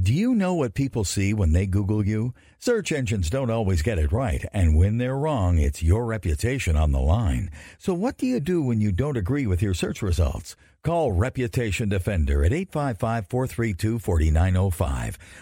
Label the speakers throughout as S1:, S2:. S1: Do you know what people see when they Google you? Search engines don't always get it right, and when they're wrong, it's your reputation on the line. So what do you do when you don't agree with your search results? Call Reputation Defender at 855-432-4905.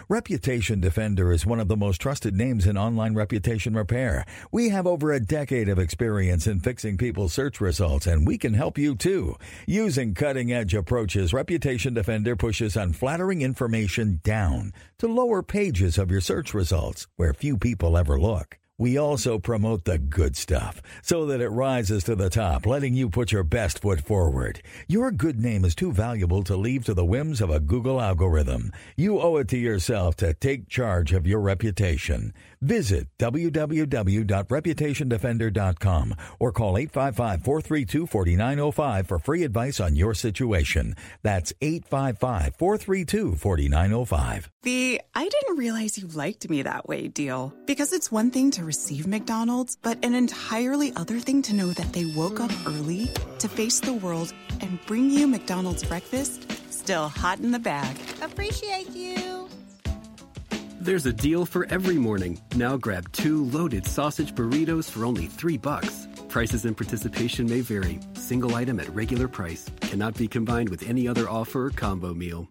S1: Reputation Defender is one of the most trusted names in online reputation repair. We have over a decade of experience in fixing people's search results, and we can help you too. Using cutting-edge approaches, Reputation Defender pushes unflattering information down to lower pages of your search results where few people ever look. We also promote the good stuff so that it rises to the top, letting you put your best foot forward. Your good name is too valuable to leave to the whims of a Google algorithm. You owe it to yourself to take charge of your reputation. Visit www.reputationdefender.com or call 855-432-4905 for free advice on your situation. That's 855-432-4905.
S2: The I didn't realize you liked me that way deal. Because it's one thing to receive McDonald's, but an entirely other thing to know that they woke up early to face the world and bring you McDonald's breakfast still hot in the bag.
S3: Appreciate you.
S4: There's a deal for every morning. Now grab two loaded sausage burritos for only three bucks. Prices and participation may vary. Single item at regular price cannot be combined with any other offer or combo meal.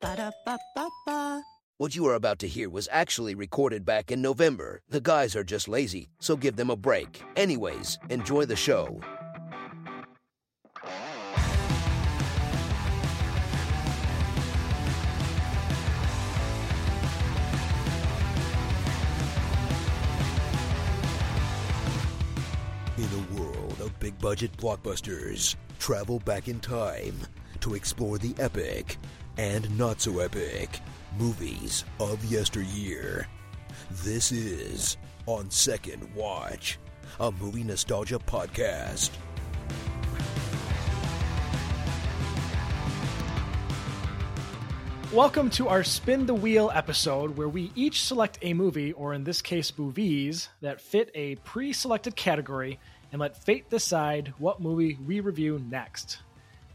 S2: Ba-da-ba-ba-ba.
S5: What you are about to hear was actually recorded back in November. The guys are just lazy, so give them a break. Anyways, enjoy the show.
S6: In a world of big budget blockbusters, travel back in time to explore the epic and not so epic movies of yesteryear. This is On Second Watch, a movie nostalgia podcast.
S7: Welcome to our Spin the Wheel episode, where we each select a movie, or in this case, movies, that fit a pre selected category and let fate decide what movie we review next.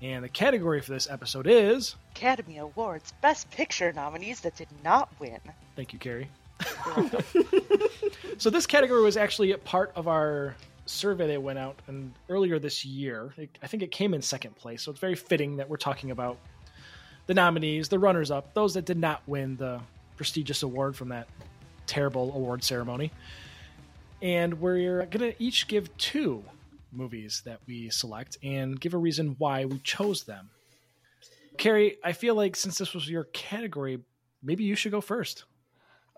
S7: And the category for this episode is.
S8: Academy Awards Best Picture nominees that did not win.
S7: Thank you, Carrie. so, this category was actually a part of our survey that went out and earlier this year. It- I think it came in second place, so it's very fitting that we're talking about the nominees, the runners up, those that did not win the prestigious award from that terrible award ceremony. And we're going to each give two movies that we select and give a reason why we chose them. Carrie, I feel like since this was your category, maybe you should go first.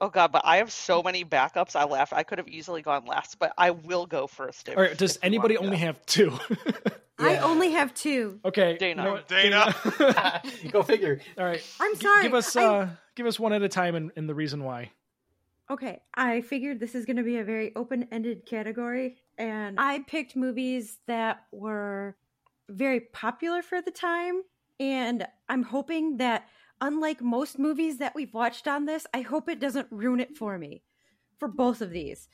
S8: Oh god, but I have so many backups. I laughed. I could have easily gone last, but I will go first. If,
S7: All right, does
S8: if you
S7: anybody
S8: want me
S7: only
S8: to.
S7: have two?
S3: I only have two.
S7: okay.
S8: Dana.
S7: what, Dana.
S9: Go figure.
S7: All right.
S3: I'm
S7: G-
S3: sorry.
S7: give us
S3: I-
S7: uh, give us one at a time and, and the reason why.
S3: Okay, I figured this is going to be a very open ended category, and I picked movies that were very popular for the time. And I'm hoping that, unlike most movies that we've watched on this, I hope it doesn't ruin it for me for both of these.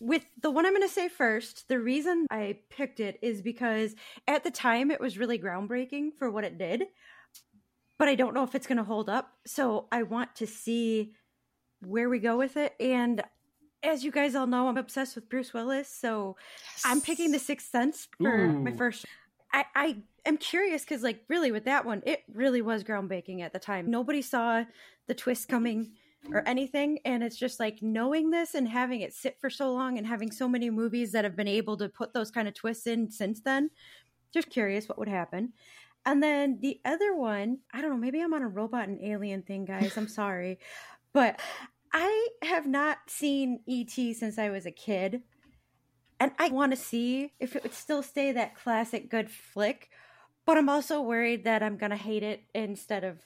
S3: With the one I'm going to say first, the reason I picked it is because at the time it was really groundbreaking for what it did, but I don't know if it's going to hold up. So I want to see where we go with it. And as you guys all know, I'm obsessed with Bruce Willis, so I'm picking The Sixth Sense for my
S7: Ooh.
S3: first. I, I am curious because, like, really with that one, it really was groundbreaking at the time. Nobody saw the twist coming or anything, and it's just like knowing this and having it sit for so long and having so many movies that have been able to put those kind of twists in since then. Just curious what would happen. And then the other one, I don't know, maybe I'm on a robot and alien thing, guys. I'm sorry. But I have not seen ET since I was a kid. And I want to see if it would still stay that classic good flick. But I'm also worried that I'm going to hate it instead of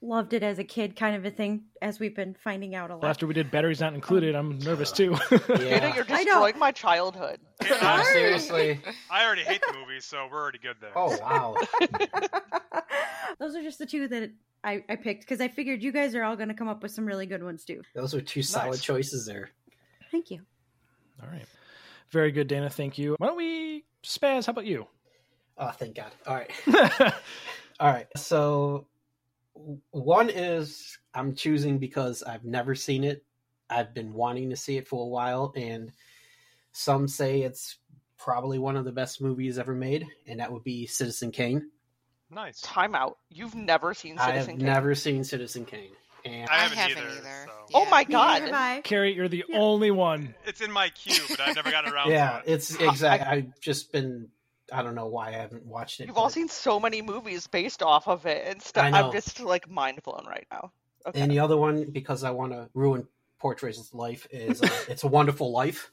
S3: loved it as a kid kind of a thing, as we've been finding out a lot.
S7: After we did batteries not included, I'm nervous too.
S8: Dana, you're
S3: I know.
S8: destroying my childhood.
S9: Yeah, seriously.
S10: I already hate the movie, so we're already good there.
S9: Oh wow.
S3: Those are just the two that I, I picked because I figured you guys are all going to come up with some really good ones too.
S9: Those were two solid
S10: Nice.
S9: choices there.
S3: Thank you.
S7: All right. Very good, Dana. Thank you. Why don't we, Spaz? How about you?
S9: Oh, thank God. All right. All right. So One is I'm choosing because I've never seen it. I've been wanting to see it for a while, and some say it's probably one of the best movies ever made, and that would be Citizen Kane.
S7: Nice.
S8: Time out. You've never seen
S9: I
S8: Citizen
S9: have
S8: Kane.
S9: never seen Citizen Kane. And
S7: I haven't, either.
S8: Oh my
S3: Me
S8: god.
S3: neither have I.
S5: Carrie, you're the only one.
S7: It's in my queue, but I've never gotten around
S9: yeah,
S7: to it.
S9: it's exactly. I've just been. I don't know why I haven't watched it.
S8: You've all
S9: but-
S8: seen so many movies based off of it and stuff.
S9: I know.
S8: I'm just like mind blown right now. Okay.
S9: And the other one, because I want to ruin Portrait's life, is uh, It's a Wonderful Life.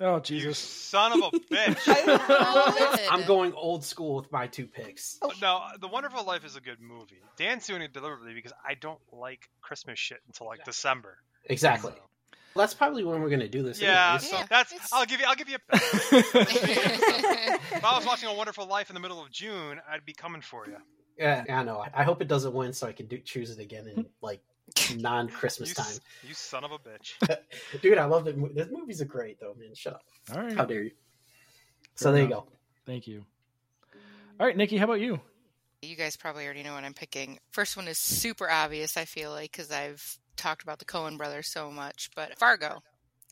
S5: Oh
S7: You
S5: Jesus!
S7: son of a bitch.
S11: Oh,
S9: I'm going old school with my two picks.
S8: Oh.
S7: No, The Wonderful Life is a good movie. Dan's doing it deliberately because I don't like Christmas shit until like December.
S9: Exactly. Well, that's probably when we're going to do this.
S7: Yeah,
S9: anyways.
S7: so
S11: Yeah,
S7: that's
S11: it's-
S7: I'll give you I'll give you a if I was watching A Wonderful Life in the middle of June, I'd be coming for you.
S9: Yeah, I know. I hope it doesn't win so I can do, choose it again in like non Christmas
S7: You,
S9: time.
S7: s- you son of a bitch.
S9: Dude, I love that. Mo- those movies are great, though, man. Shut up.
S5: All right.
S9: How dare you? So there you go.
S5: Thank you. All right, Nikki, how about you?
S11: You guys probably already know what I'm picking. First one is super obvious, I feel like, because I've talked about the Coen brothers so much, but Fargo.
S8: Oh,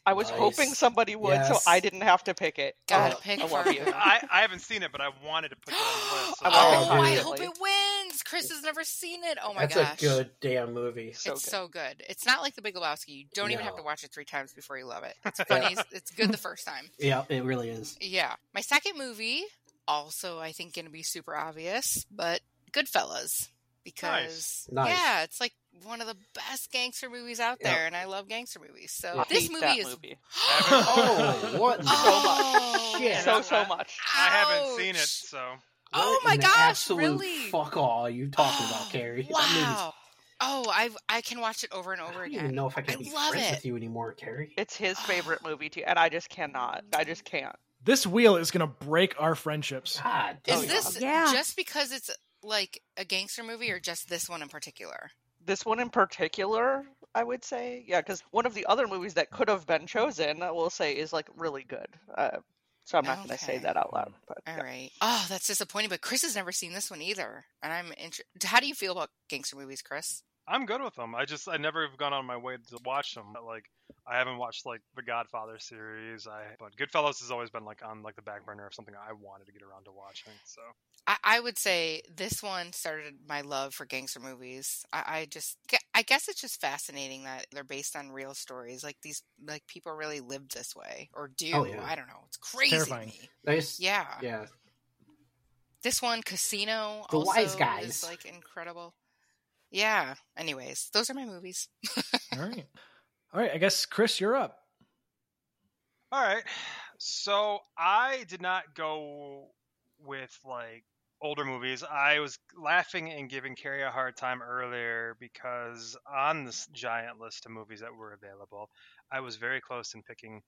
S8: I was
S9: Nice.
S8: hoping somebody would, so
S9: Yes.
S8: I didn't have to pick it.
S11: Gotta
S8: Oh,
S11: pick
S8: I love you.
S11: Fargo.
S7: I, I haven't seen it, but I wanted to put it on the list. so-
S11: oh,
S9: Oh,
S11: I
S9: dude.
S11: hope it wins. Chris has never seen it. Oh my
S9: That's
S11: gosh.
S9: a good damn movie.
S8: So
S11: it's
S8: good.
S11: so good. It's not like The Big Lebowski. You don't even have
S9: No.
S11: to watch it three times before you love it. It's funny. It's- it's good the first time.
S9: Yeah, it really is.
S11: Yeah. My second movie, also I think gonna be super obvious, but Goodfellas. Because
S9: Nice.
S11: yeah, it's like one of the best gangster movies out
S9: Yeah.
S11: there, and I love gangster movies. So
S9: Yeah.
S11: this
S8: Hate
S11: movie
S8: that
S11: is
S8: movie.
S9: Oh, what? in the-
S11: Oh.
S9: Shit.
S8: so so much.
S7: I haven't seen it,
S11: Ouch.
S7: so
S11: Oh
S9: What
S11: my
S9: in the
S11: gosh,
S9: absolute
S11: really? Oh,
S9: Fuck all are you talking about, Carrie. That movie's-
S11: Wow. Oh, I I can watch it over and
S9: I
S11: over
S9: don't even
S11: again.
S9: know if I can
S11: I
S9: be
S11: love
S9: friends
S11: it.
S9: with you anymore, Carrie.
S8: It's his favorite movie too, and I just cannot. I just can't.
S5: This wheel is gonna break our friendships.
S9: God damn.
S11: Is this
S3: Yeah.
S11: just because it's like a gangster movie or just this one in particular?
S8: This one in particular, I would say, yeah, because one of the other movies that could have been chosen, I will say, is like really good. Uh, so I'm not going to say
S11: Okay.
S8: that out loud. But
S11: All
S8: yeah.
S11: right. Oh, that's disappointing. But Chris has never seen this one either, and I'm inter- How do you feel about gangster movies, Chris?
S7: I'm good with them. I just I never have gone on my way to watch them. But, like I haven't watched like the Godfather series. I but Goodfellas has always been like on like the back burner of something I wanted to get around to watching. So
S11: I, I would say this one started my love for gangster movies. I, I just, I guess it's just fascinating that they're based on real stories. Like these, like people really lived this way or do.
S9: Oh, yeah.
S11: I don't know. It's crazy. to
S5: Terrifying.
S11: me.
S9: Nice.
S11: Yeah.
S9: Yeah.
S11: This one, Casino.
S9: The
S11: also
S9: Wise
S11: is
S9: Guys.
S11: like incredible. Yeah. Anyways, those are my movies.
S5: All right. All right. I guess Chris, you're up.
S7: all right, so I did not go with like older movies. I was laughing and giving Carrie a hard time earlier because on this giant list of movies that were available, I was very close in picking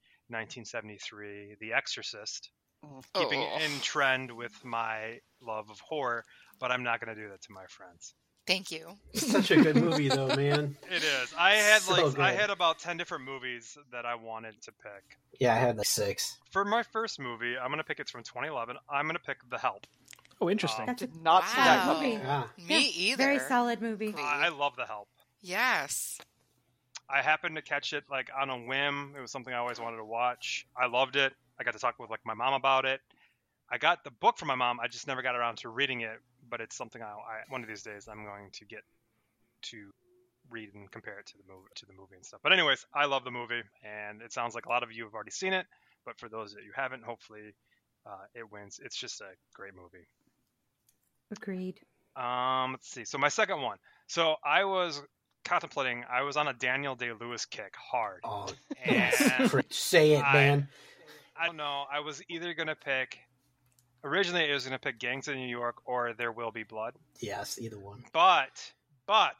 S7: 1973, The Exorcist. Mm, keeping
S11: Oh,
S7: in trend with my love of horror, but I'm not going to do that to my friends.
S11: thank you.
S9: Such a good movie, though, man.
S7: It is. I had
S9: So
S7: like I
S9: good.
S7: had about 10 different movies that I wanted to pick.
S9: Yeah, I had like six.
S7: For my first movie, I'm going to pick it's from 2011. I'm going to pick The Help.
S5: Oh, interesting.
S7: Um,
S3: That's a
S8: Did not see that
S11: Wow.
S8: movie.
S9: Yeah.
S11: Me either.
S3: very solid movie.
S7: I I love The Help.
S11: Yes.
S7: I happened to catch it like on a whim. It was something I always wanted to watch. I loved it. I got to talk with like my mom about it. I got the book from my mom. I just never got around to reading it, but it's something I, I one of these days I'm going to get to read and compare it to the movie to the movie and stuff. But anyways, I love the movie, and it sounds like a lot of you have already seen it. But for those that you haven't, hopefully uh, it wins. It's just a great movie.
S3: Agreed.
S7: Um, let's see. So my second one. So I was contemplating. I was on a Daniel Day Lewis kick hard.
S9: Oh,
S7: And
S9: frick, say it,
S7: I-
S9: man.
S7: I don't know. I was either gonna pick. Originally, it was gonna pick Gangs of New York or There Will Be Blood,
S9: Yes, either one.
S7: but but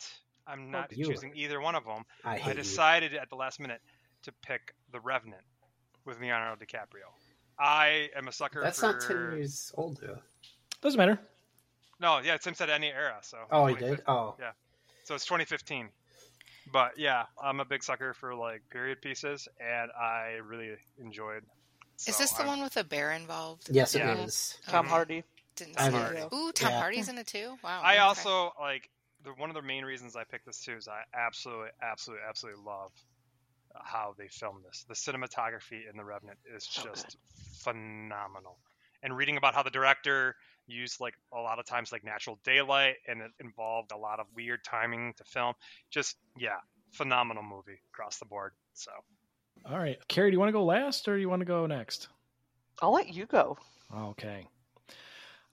S5: Oh,
S7: I'm not
S9: Fuck you.
S7: choosing either one of them.
S9: I hate
S7: I decided at the last minute to pick The Revenant with Leonardo DiCaprio. I am a
S9: you.
S7: sucker.
S9: That's
S7: for...
S9: not ten years old, though.
S5: Doesn't matter.
S7: No, yeah, Tim said any era. So
S9: Oh, he
S7: 25.
S9: did. Oh,
S7: Yeah. So it's 2015. But yeah, I'm a big sucker for like period pieces, and I really enjoyed.
S11: Is
S7: so
S11: this the
S7: I'm-
S11: one with a bear involved?
S9: yes, it
S7: Yeah.
S9: is.
S8: Tom
S11: Okay.
S8: Hardy.
S11: Didn't
S9: I
S11: see
S9: don't
S11: it. Ooh, Tom
S9: Yeah.
S11: Hardy's in it too. Wow.
S7: I
S11: okay.
S7: also like
S10: the, one of the main reasons I picked this too is I absolutely, absolutely, absolutely love how they filmed this. The cinematography in The Revenant is just phenomenal. And reading about how the director used like a lot of times like natural daylight and it involved a lot of weird timing to film. Just yeah, phenomenal movie across the board. So
S7: All right. Carrie, do you want to go last or do you want to go next?
S8: I'll let you go.
S7: Okay.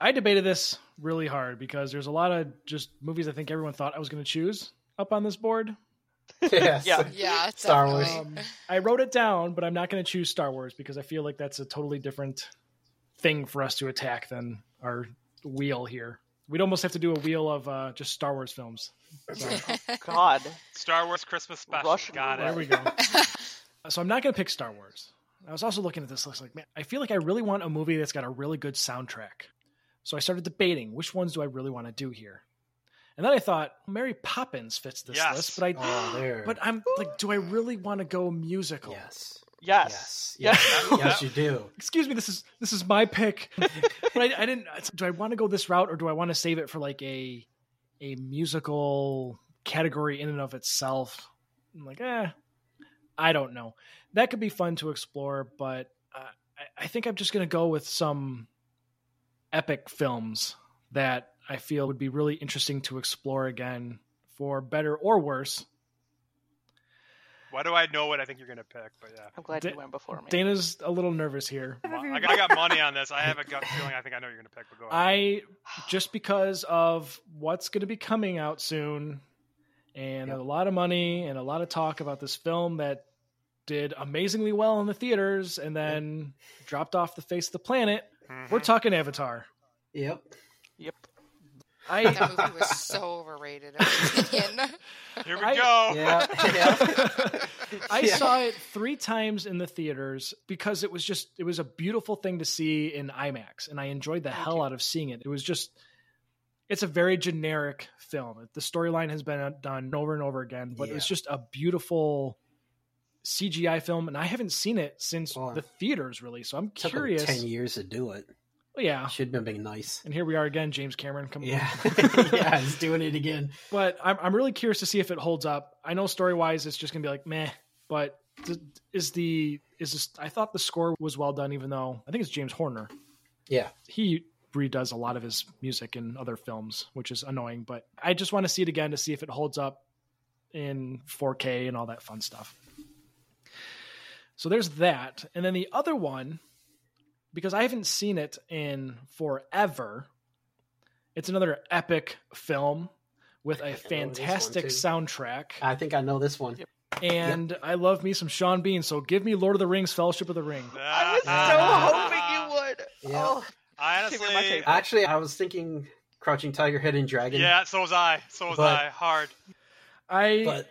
S7: I debated this really hard because there's a lot of just movies I think everyone thought I was going to choose up on this board.
S9: Yes.
S8: Yeah.
S11: Yeah,
S9: Star Wars.
S11: definitely. Um,
S7: Um, I wrote it down, but I'm not going to choose Star Wars because I feel like that's a totally different thing for us to attack than our wheel here. We'd almost have to do a wheel of uh, just Star Wars films.
S8: God.
S10: Star Wars Christmas special.
S8: Russian
S10: Got
S7: There
S10: it.
S8: roulette.
S7: we go. so I'm not going to pick Star Wars. I was also looking at this list like, man, I feel like I really want a movie that's got a really good soundtrack. So I started debating which ones do I really want to do here. And then I thought Mary Poppins fits this
S10: Yes.
S7: list, but I
S9: Oh, there.
S7: but I'm like, do I really want to go musical?
S9: yes. uh,
S8: Yes.
S9: Yes.
S8: Yeah.
S9: Yes. yes, you do.
S7: Excuse me, this is this is my pick. but I, I didn't. Do I want to go this route or do I want to save it for like a a musical category in and of itself? I'm like, eh, I don't know. That could be fun to explore, but uh, I, I think I'm just gonna go with some epic films that I feel would be really interesting to explore again, for better or worse.
S10: Why do I know what I think you're gonna pick? But yeah.
S8: I'm glad
S7: Da-
S8: you went before me.
S7: Dana's a little nervous here.
S10: Come on. I got, I got money on this. I have a gut feeling. I think I know what you're gonna pick. But go ahead.
S7: I just because of what's going to be coming out soon, and a lot of money and a lot of talk about this film that did amazingly well in the theaters and then dropped off the face of the planet.
S10: Mhm.
S7: We're talking Avatar.
S9: Yep.
S8: Yep.
S7: I
S11: That movie was so overrated. in my opinion.
S10: Here we
S7: I-
S10: go.
S9: Yeah. yeah.
S7: I
S9: Yeah.
S7: saw it three times in the theaters because it was just it was a beautiful thing to see in IMAX, and I enjoyed the hell out of seeing it. It was just it's a very generic film. The storyline has been done over and over again, but it's
S9: Yeah.
S7: just a beautiful CGI film, and I haven't seen it since
S9: Well,
S7: the theaters really. So I'm
S9: Took 'em
S7: curious.
S9: ten years to do it.
S7: Yeah,
S9: Should have been nice.
S7: and here we are again, James Cameron. Come
S9: Yeah. yeah, he's doing it again.
S7: but I'm, I'm really curious to see if it holds up. I know story wise, it's just gonna be like meh, but th- is the is this, I thought the score was well done, even though I think it's James Horner.
S9: Yeah.
S7: He redoes a lot of his music in other films, which is annoying. But I just want to see it again to see if it holds up in 4K and all that fun stuff. So there's that, and then the other one, because I haven't seen it in forever. It's another epic film with
S9: I know
S7: a
S9: this one,
S7: fantastic
S9: too.
S7: soundtrack.
S9: I think I know this one.
S7: And I love me some Sean Bean, so give me Lord of the Rings, Fellowship of the Ring.
S8: I was so hoping you would.
S9: Yeah.
S8: Oh,
S10: I
S8: Give me my
S10: honestly.
S8: tape.
S9: Actually, I was thinking Crouching Tiger, Hidden Dragon.
S10: Yeah, so was I. So was
S9: But-
S10: I. Hard.
S7: I
S9: But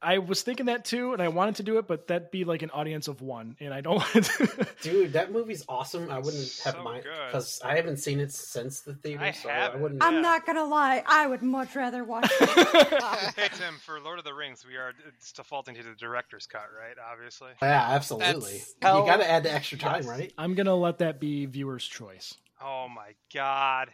S7: I was thinking that too, and I wanted to do it, but that'd be like an audience of one, and I don't want to.
S9: dude, that movie's awesome. I wouldn't have
S10: So
S9: mine
S10: good.
S9: because I haven't seen it since the theater,
S10: I
S9: so I
S10: haven't.
S9: wouldn't.
S10: I'm
S3: I'm
S10: Yeah.
S3: not gonna lie. I would much rather watch.
S10: Hey Tim, for Lord of the Rings, we are it's defaulting to the director's cut, right? Obviously.
S9: Yeah, absolutely.
S11: That's-
S9: you got to add the extra time,
S8: Yes.
S9: right?
S7: I'm gonna let that be viewer's choice.
S10: Oh my God!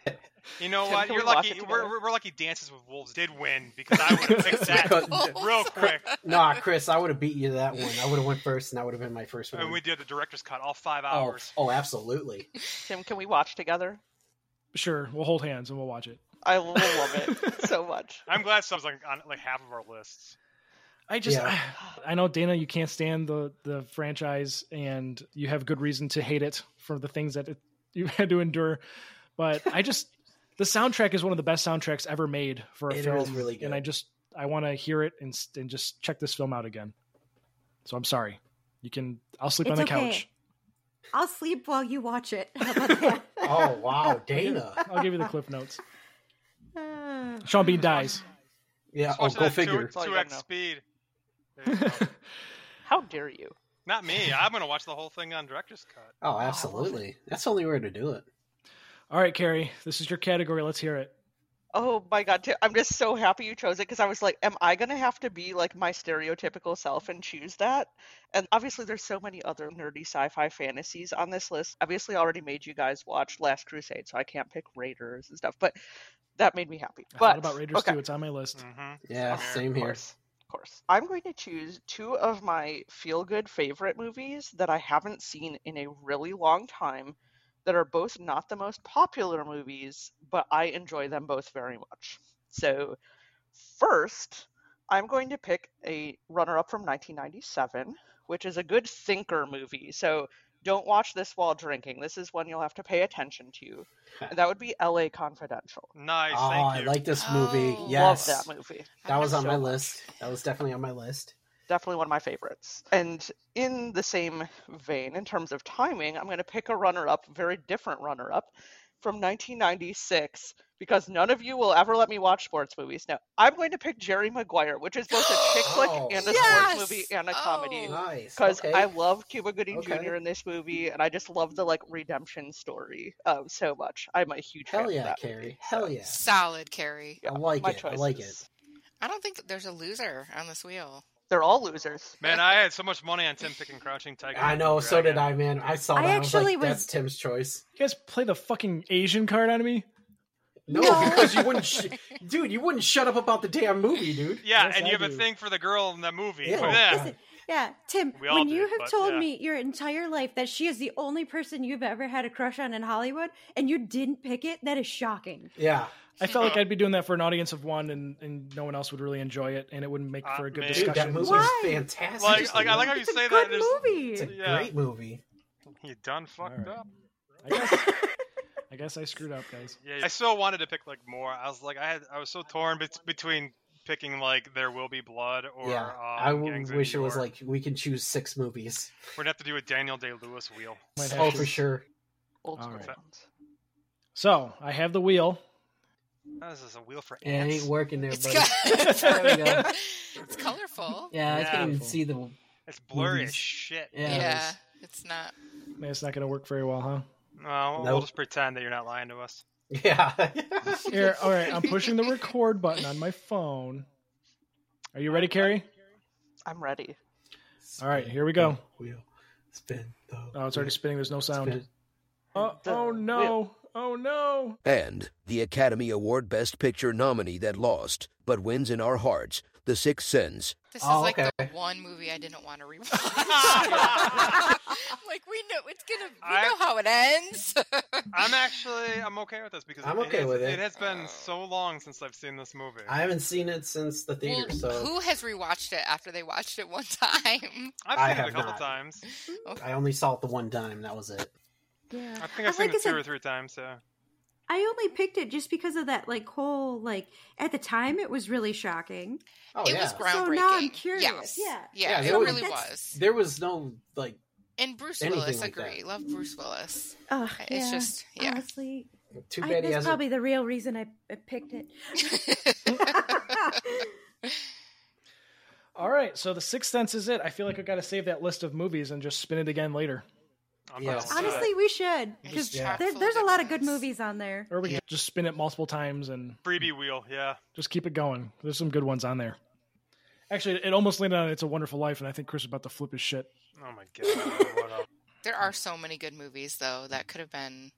S10: You know
S8: Tim,
S10: what?
S8: can
S10: You're
S8: we watch
S10: lucky.
S8: it
S10: We're,
S8: together?
S10: we're, we're lucky. Dances with Wolves did win because I would have picked that real quick.
S9: nah, Chris, I would have beat you to that one. I would have went first, and that would have been my first one.
S10: And we did the director's cut, all five
S9: oh,
S10: hours.
S9: oh, absolutely.
S8: Tim, can we watch together?
S7: Sure, we'll hold hands and we'll watch it.
S8: I will love it so much.
S10: I'm glad someone's like on like half of our lists.
S7: I just
S9: Yeah.
S7: I know Dana, you can't stand the the franchise, and you have good reason to hate it for the things that it, you had to endure. But I just the soundtrack is one of the best soundtracks ever made for a
S9: It is
S7: film,
S9: really good.
S7: and I just I want to hear it and s- and just check this film out again. So I'm sorry. You can. I'll sleep
S3: It's
S7: on the
S3: okay.
S7: couch.
S3: I'll sleep while you watch it. How about that?
S9: Oh wow, Dana.
S7: I'll give you the cliff notes.
S3: Uh,
S7: Sean Bean dies.
S9: Yeah.
S10: Just
S9: Oh,
S10: watch it
S9: go
S10: at two-
S9: figure.
S10: Two,
S8: all you gotta
S10: x
S8: know.
S10: speed. There you go.
S8: How dare you?
S10: Not me. I'm gonna watch the whole thing on director's cut.
S9: Oh, absolutely. That's the only way to do it.
S7: All right, Carrie, this is your category. Let's hear it.
S8: Oh my god, Tim, I'm just so happy you chose it because I was like, am I gonna have to be like my stereotypical self and choose that? And obviously, there's so many other nerdy sci-fi fantasies on this list. Obviously, I already made you guys watch Last Crusade, so I can't pick Raiders and stuff. But that made me happy.
S7: I
S8: but
S7: thought about Raiders
S8: okay.
S7: too. It's on my list.
S10: Mm-hmm.
S9: Yeah, same here.
S8: Of course. I'm going to choose two of my feel good favorite movies that I haven't seen in a really long time that are both not the most popular movies, but I enjoy them both very much. So, first, I'm going to pick a runner up from 1997, which is a good thinker movie. So, don't watch this while drinking. This is one you'll have to pay attention to. And that would be LA Confidential.
S10: Nice.
S9: Oh,
S10: thank
S9: I
S10: you.
S9: like this movie.
S11: Oh.
S9: Yes,
S8: Love that movie.
S9: That was on
S8: so
S9: my
S8: much.
S9: list. That was definitely on my list.
S8: definitely one of my favorites. And in the same vein, in terms of timing, I'm going to pick a runner up, very different runner up from 1996, because none of you will ever let me watch sports movies. Now, I'm going to pick Jerry Maguire, which is both a chick flick
S9: Oh.
S8: and a
S11: Yes!
S8: sports movie and a
S11: Oh.
S8: comedy.
S9: Nice.
S8: Because
S9: okay.
S8: I love Cuba Gooding
S9: Okay.
S8: Jr. in this movie, and I just love the like redemption story um, so much. I'm a huge fan
S9: Hell
S8: of
S9: yeah,
S8: that
S9: Carrie.
S8: movie,
S9: Hell
S8: so,
S9: yeah.
S11: Solid, Carrie.
S8: yeah,
S9: I like
S8: my
S9: it. I like
S8: choices.
S9: it.
S11: I don't think there's a loser on this wheel.
S8: They're all losers.
S10: Man, I had so much money on Tim picking Crouching Tiger.
S9: I know.
S10: Hidden
S9: So did
S10: Dragon.
S9: I, man. I saw
S3: I
S9: that. I,
S3: actually
S9: was like,
S3: was-
S9: that's Tim's choice.
S7: You guys play the fucking Asian card on me?
S9: No,
S11: No.
S9: because you wouldn't, sh- dude. You wouldn't shut up about the damn movie, dude.
S10: Yeah,
S7: Yes,
S10: and you
S7: I
S10: have
S7: do.
S10: a thing for the girl in that movie.
S9: Yeah.
S10: Look at that.
S9: Listen,
S3: Yeah, Tim,
S10: We all
S3: when
S10: do,
S3: you have
S10: but
S3: told
S10: yeah.
S3: me your entire life that she is the only person you've ever had a crush on in Hollywood and you didn't pick it, that is shocking.
S9: Yeah,
S7: I felt like I'd be doing that for an audience of one, and, and no one else would really enjoy it, and it wouldn't make
S10: Uh,
S5: Ah,
S7: for a good
S10: man.
S9: dude. That
S7: discussion.
S9: movie
S7: so-
S9: is
S3: Why?
S9: fantastic.
S10: Like, like, I like how you
S3: It's a
S10: say that.
S3: good
S10: There's,
S3: movie.
S9: It's a
S10: Yeah.
S9: great movie.
S10: you done fucked
S7: Alright.
S10: up.
S7: I, guess, I guess I screwed up, guys.
S10: Yeah, I still wanted to pick like more. I was like, I had, I was so torn bet- between picking like There Will Be Blood or
S9: yeah,
S10: um,
S9: I w-
S10: Gangs of
S9: wish it
S10: New
S9: was
S10: York.
S9: like we can choose six movies.
S10: we're gonna have to do a Daniel Day Lewis wheel.
S7: Might have
S9: Oh,
S7: to.
S9: for sure.
S8: Old
S7: All
S8: school
S7: right.
S8: fans.
S7: So I have the wheel.
S10: Oh, This is a wheel for
S9: Yeah, it
S10: ants.
S9: ain't working there,
S11: It's
S9: buddy.
S11: good.
S9: There we go.
S11: it's colorful.
S9: Yeah, I
S10: Yeah.
S9: can't even see the.
S10: It's blurry
S9: Movies.
S10: as shit.
S9: Yeah.
S11: yeah it's not.
S7: Man, it's not going to work very well, huh?
S10: No, we'll
S9: Nope.
S10: just pretend that you're not lying to us.
S9: Yeah.
S7: Here, all right, I'm pushing the record button on my phone. Are you ready, Carrie?
S8: I'm ready.
S7: All right, here we go.
S9: the Wheel. Spin the
S7: Oh, it's already
S9: wheel.
S7: spinning. There's no sound.
S9: Spin.
S7: Oh, oh no! Oh no!
S5: And the Academy Award Best Picture nominee that lost, but wins in our hearts, The Sixth Sense.
S11: This
S9: Oh,
S11: is like the
S9: okay.
S11: one movie I didn't want to rewatch. I'm like we know it's gonna. We
S10: I-
S11: know how it ends.
S10: I'm actually I'm okay with this because
S9: I'm
S10: it
S9: okay
S10: has-
S9: with it.
S10: It has
S8: Oh.
S10: been so long since I've seen this movie.
S9: I haven't seen it since the theater,
S11: Well,
S9: so
S11: Who has rewatched it after they watched it one time?
S10: I've
S9: I
S10: seen it
S9: have
S10: a couple
S9: not.
S10: times.
S9: I only saw it the one time. That was it.
S3: Yeah.
S10: I think I've seen
S3: like I
S10: it two
S3: said,
S10: or three times. Yeah.
S3: I only picked it just because of that like whole like at the time it was really shocking.
S9: Oh
S11: it
S9: yeah.
S11: was groundbreaking.
S3: So now I'm curious.
S11: Yes.
S3: Yeah.
S9: Yeah,
S11: Yeah.
S9: they
S11: it
S9: would-
S11: really
S3: That's-
S11: was.
S9: there was no like.
S11: And Bruce
S9: anything
S11: Willis,
S9: like that.
S11: agree. Love Bruce Willis.
S3: Oh,
S11: It's just- yeah.
S3: Honestly,
S9: Too
S3: I-
S9: bad he
S3: that's
S9: has
S3: probably the real reason I, I picked it.
S7: All right, so the Sixth Sense is it. I feel like I got to save that list of movies and just spin it again later,
S10: I'm
S9: Yeah.
S10: down with
S3: Honestly, we should because
S9: Yeah.
S3: there,
S11: Chock
S3: there's
S11: full
S3: a lot of good
S11: goodness.
S3: movies on there.
S7: or we can just spin it multiple times and
S10: that. freebie wheel. Yeah.
S7: just keep it going. There's some good ones on there. Actually, it almost landed on "It's a Wonderful Life," and I think Chris is about to flip his shit.
S10: Oh my god. what up?
S11: There are so many good movies though that could have been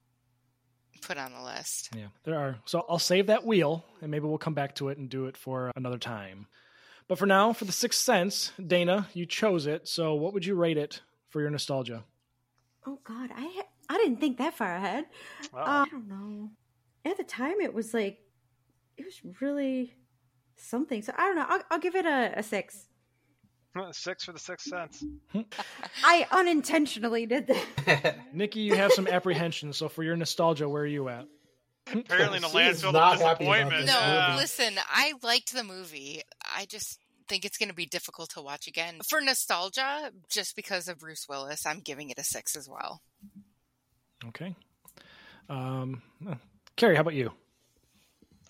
S11: put on the list.
S7: Yeah, there are. So I'll save that wheel and maybe we'll come back to it and do it for another time. But for now, for the sixth sense, Dana, you chose it. So what would you rate it for your nostalgia?
S3: Oh God, I ha- I didn't think that far ahead.
S10: Wow.
S3: Uh, I don't know. At the time, it was like it was really something. So I don't know. I'll, I'll give it a, a six.
S10: Six for the sixth sense.
S3: I unintentionally did that.
S9: it.
S7: Nikki, you have some apprehension. So for your nostalgia, where are you at?
S10: Apparently, in a
S9: She's
S10: landfill
S9: not
S10: of
S9: happy about
S10: disappointment.
S9: this
S11: No,
S10: yeah.
S11: listen, I liked the movie. I just think it's going to be difficult to watch again. For nostalgia, just because of Bruce Willis, I'm giving it a six as well.
S7: Okay. Um, uh, Carrie, how about you?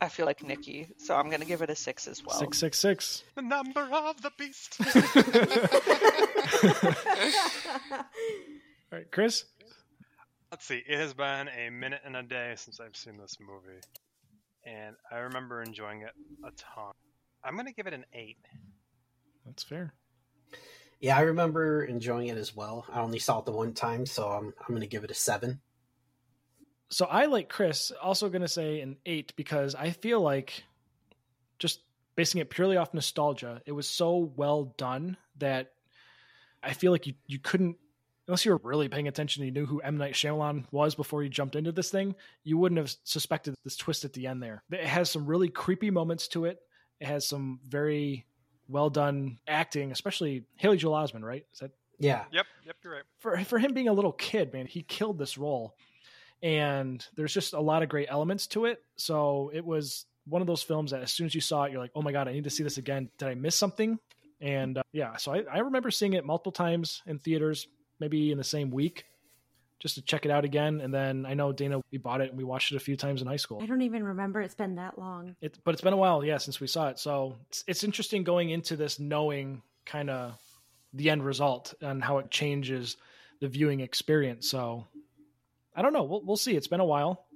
S8: I feel like Nikki, so I'm gonna give it a six as well.
S7: Six, six, six.
S10: The number of the beast.
S7: All right, Chris.
S10: Let's see. It has been a minute and a day since I've seen this movie. and I remember enjoying it a ton. I'm gonna give it an eight.
S7: That's fair.
S9: Yeah, I remember enjoying it as well. I only saw it the one time, so I'm I'm gonna give it a seven.
S7: So I like Chris. Also gonna say an eight because I feel like just basing it purely off nostalgia, it was so well done that I feel like you you couldn't unless you were really paying attention and you knew who M Night Shyamalan was before you jumped into this thing, you wouldn't have suspected this twist at the end there. It has some really creepy moments to it. It has some very well done acting, especially Haley Joel Osment, right? Is that
S9: Yeah.
S10: Yep, yep, you're right.
S7: for for him being a little kid, man, he killed this role. And there's just a lot of great elements to it. So it was one of those films that as soon as you saw it, you're like, oh my god, I need to see this again. Did I miss something? And uh, yeah, so I, I remember seeing it multiple times in theaters, maybe in the same week, just to check it out again. And then I know Dana, we bought it and we watched it a few times in high school.
S3: I don't even remember it's been that long.
S7: It, but it's been a while, yeah, since we saw it. So it's, it's interesting going into this knowing kind of the end result and how it changes the viewing experience. So I don't know. We'll, we'll see. It's been a while.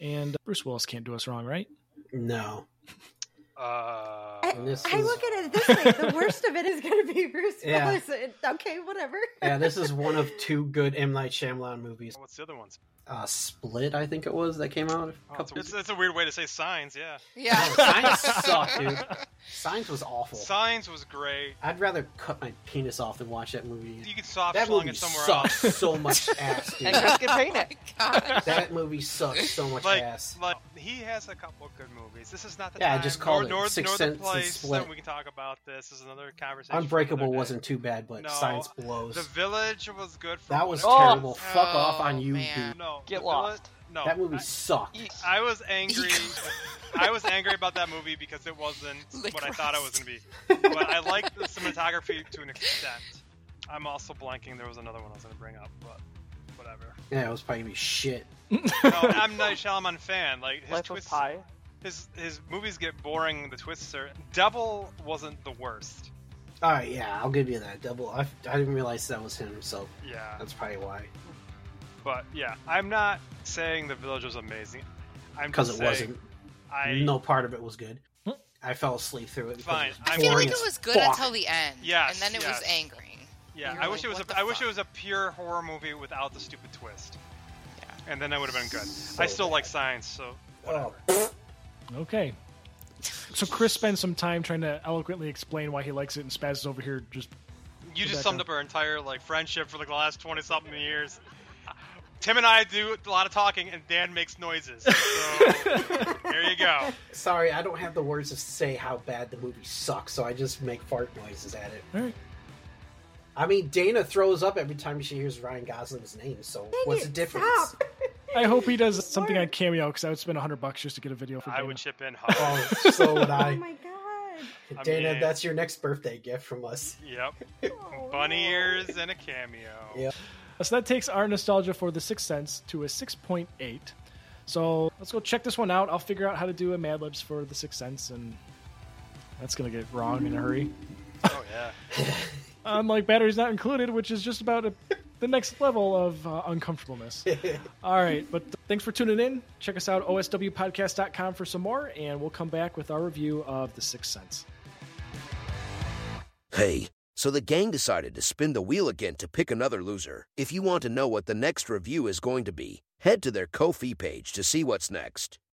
S7: And Bruce Willis can't do us wrong, right?
S9: No.
S10: Uh,
S3: I,
S9: And this
S3: I
S9: is-
S3: look at it this way: the worst of it is going to be Bruce
S9: Yeah.
S3: Willis. It- Okay, whatever.
S9: Yeah, this is one of two good M Night Shyamalan movies.
S10: what's the other ones?
S9: Uh, Split, I think it was that came out. A
S10: Oh,
S9: couple
S10: it's, a, it's a weird way to say signs. Yeah,
S11: Yeah.
S9: Signs sucked, dude. Signs was awful.
S10: signs was great.
S9: I'd rather cut my penis off than watch that movie.
S10: You could soft
S9: That
S10: slung
S9: movie
S10: it somewhere
S9: sucks
S10: else.
S9: so much ass, dude.
S8: And Chris can paint it.
S9: that movie sucks so much
S10: Oh Like,
S9: ass.
S10: like he has a couple good movies. This is not the
S9: Yeah, I
S10: time.
S9: just called
S10: nor,
S9: it
S10: nor,
S9: Sixth
S10: nor
S9: Sense
S10: the
S9: and
S10: place
S9: Split.
S10: that we can talk about this. This is another conversation. for
S9: Unbreakable
S10: another day.
S9: wasn't too bad, but
S10: No,
S9: Signs blows.
S10: The Village was good. For
S9: that
S10: what
S9: was
S10: it
S9: terrible.
S10: was.
S9: Fuck off on
S11: Oh,
S9: you,
S11: man.
S9: dude.
S10: No,
S8: Get
S10: The
S8: lost.
S10: Village- No,
S9: That movie
S10: I-
S9: sucked.
S10: I was angry. I was angry about that movie because it wasn't what I thought it was going to be. But I liked the cinematography to an extent. I'm also blanking. There was another one I was going to bring up, but whatever.
S9: Yeah, it was probably gonna be shit.
S10: No, I'm not a Shyamalan fan. Like his
S8: Life of
S10: twists,
S8: Pi.
S10: his his movies get boring. The twists are. Devil wasn't the worst.
S9: All right, yeah, I'll give you that. Double. I, I didn't realize that was him, so
S10: Yeah,
S9: that's probably why.
S10: but yeah, I'm not saying the village was amazing. I'm
S9: Because
S10: just
S9: it
S10: saying
S9: wasn't.
S10: I
S9: No part of it was good. I fell asleep through it. because
S10: Fine,
S9: it was
S10: I
S11: I feel
S9: boring
S11: like it
S9: as
S11: was good
S9: fuck.
S11: until the end.
S10: Yes,
S11: And then it
S10: yes.
S11: was angering.
S10: Yeah,
S11: You're
S10: I wish
S11: like,
S10: it was
S11: "What
S10: a
S11: the
S10: I wish it
S11: fuck?"
S10: was a pure horror movie without the stupid twist. And then that would have been good.
S9: So
S10: I still like
S9: bad.
S10: science, so
S9: Oh,
S7: Okay. So Chris spends some time trying to eloquently explain why he likes it, and Spaz is over here just
S10: you just
S7: Rebecca.
S10: summed up our entire like friendship for like the last twenty something years. Tim and I do a lot of talking, and Dan makes noises. So there you go.
S9: sorry, I don't have the words to say how bad the movie sucks, so I just make fart noises at it.
S7: all right.
S9: I mean, Dana throws up every time she hears Ryan Gosling's name, so what's
S3: it,
S9: the difference?
S3: stop.
S7: I hope he does something on Cameo because I would spend hundred bucks just to get a video for
S10: I
S7: Dana.
S10: would chip in hard.
S9: Oh, so would
S3: Oh
S9: I.
S3: my god!
S10: I
S9: Dana,
S10: mean-
S9: that's your next birthday gift from us.
S10: Yep,
S3: Oh,
S10: bunny
S3: no.
S10: ears and a cameo.
S9: Yeah.
S7: Uh, So that takes our nostalgia for The Sixth Sense to a 6.8. So let's go check this one out. I'll figure out how to do a Mad Libs for The Sixth Sense, and that's going to get wrong in a hurry.
S10: Oh yeah.
S7: Unlike Batteries Not Included, which is just about a, the next level of uh, uncomfortableness. All right, but thanks for tuning in. Check us out, oswpodcast.com, for some more, and we'll come back with our review of The Sixth Sense.
S5: Hey, so the gang decided to spin the wheel again to pick another loser. If you want to know what the next review is going to be, head to their Ko-fi page to see what's next.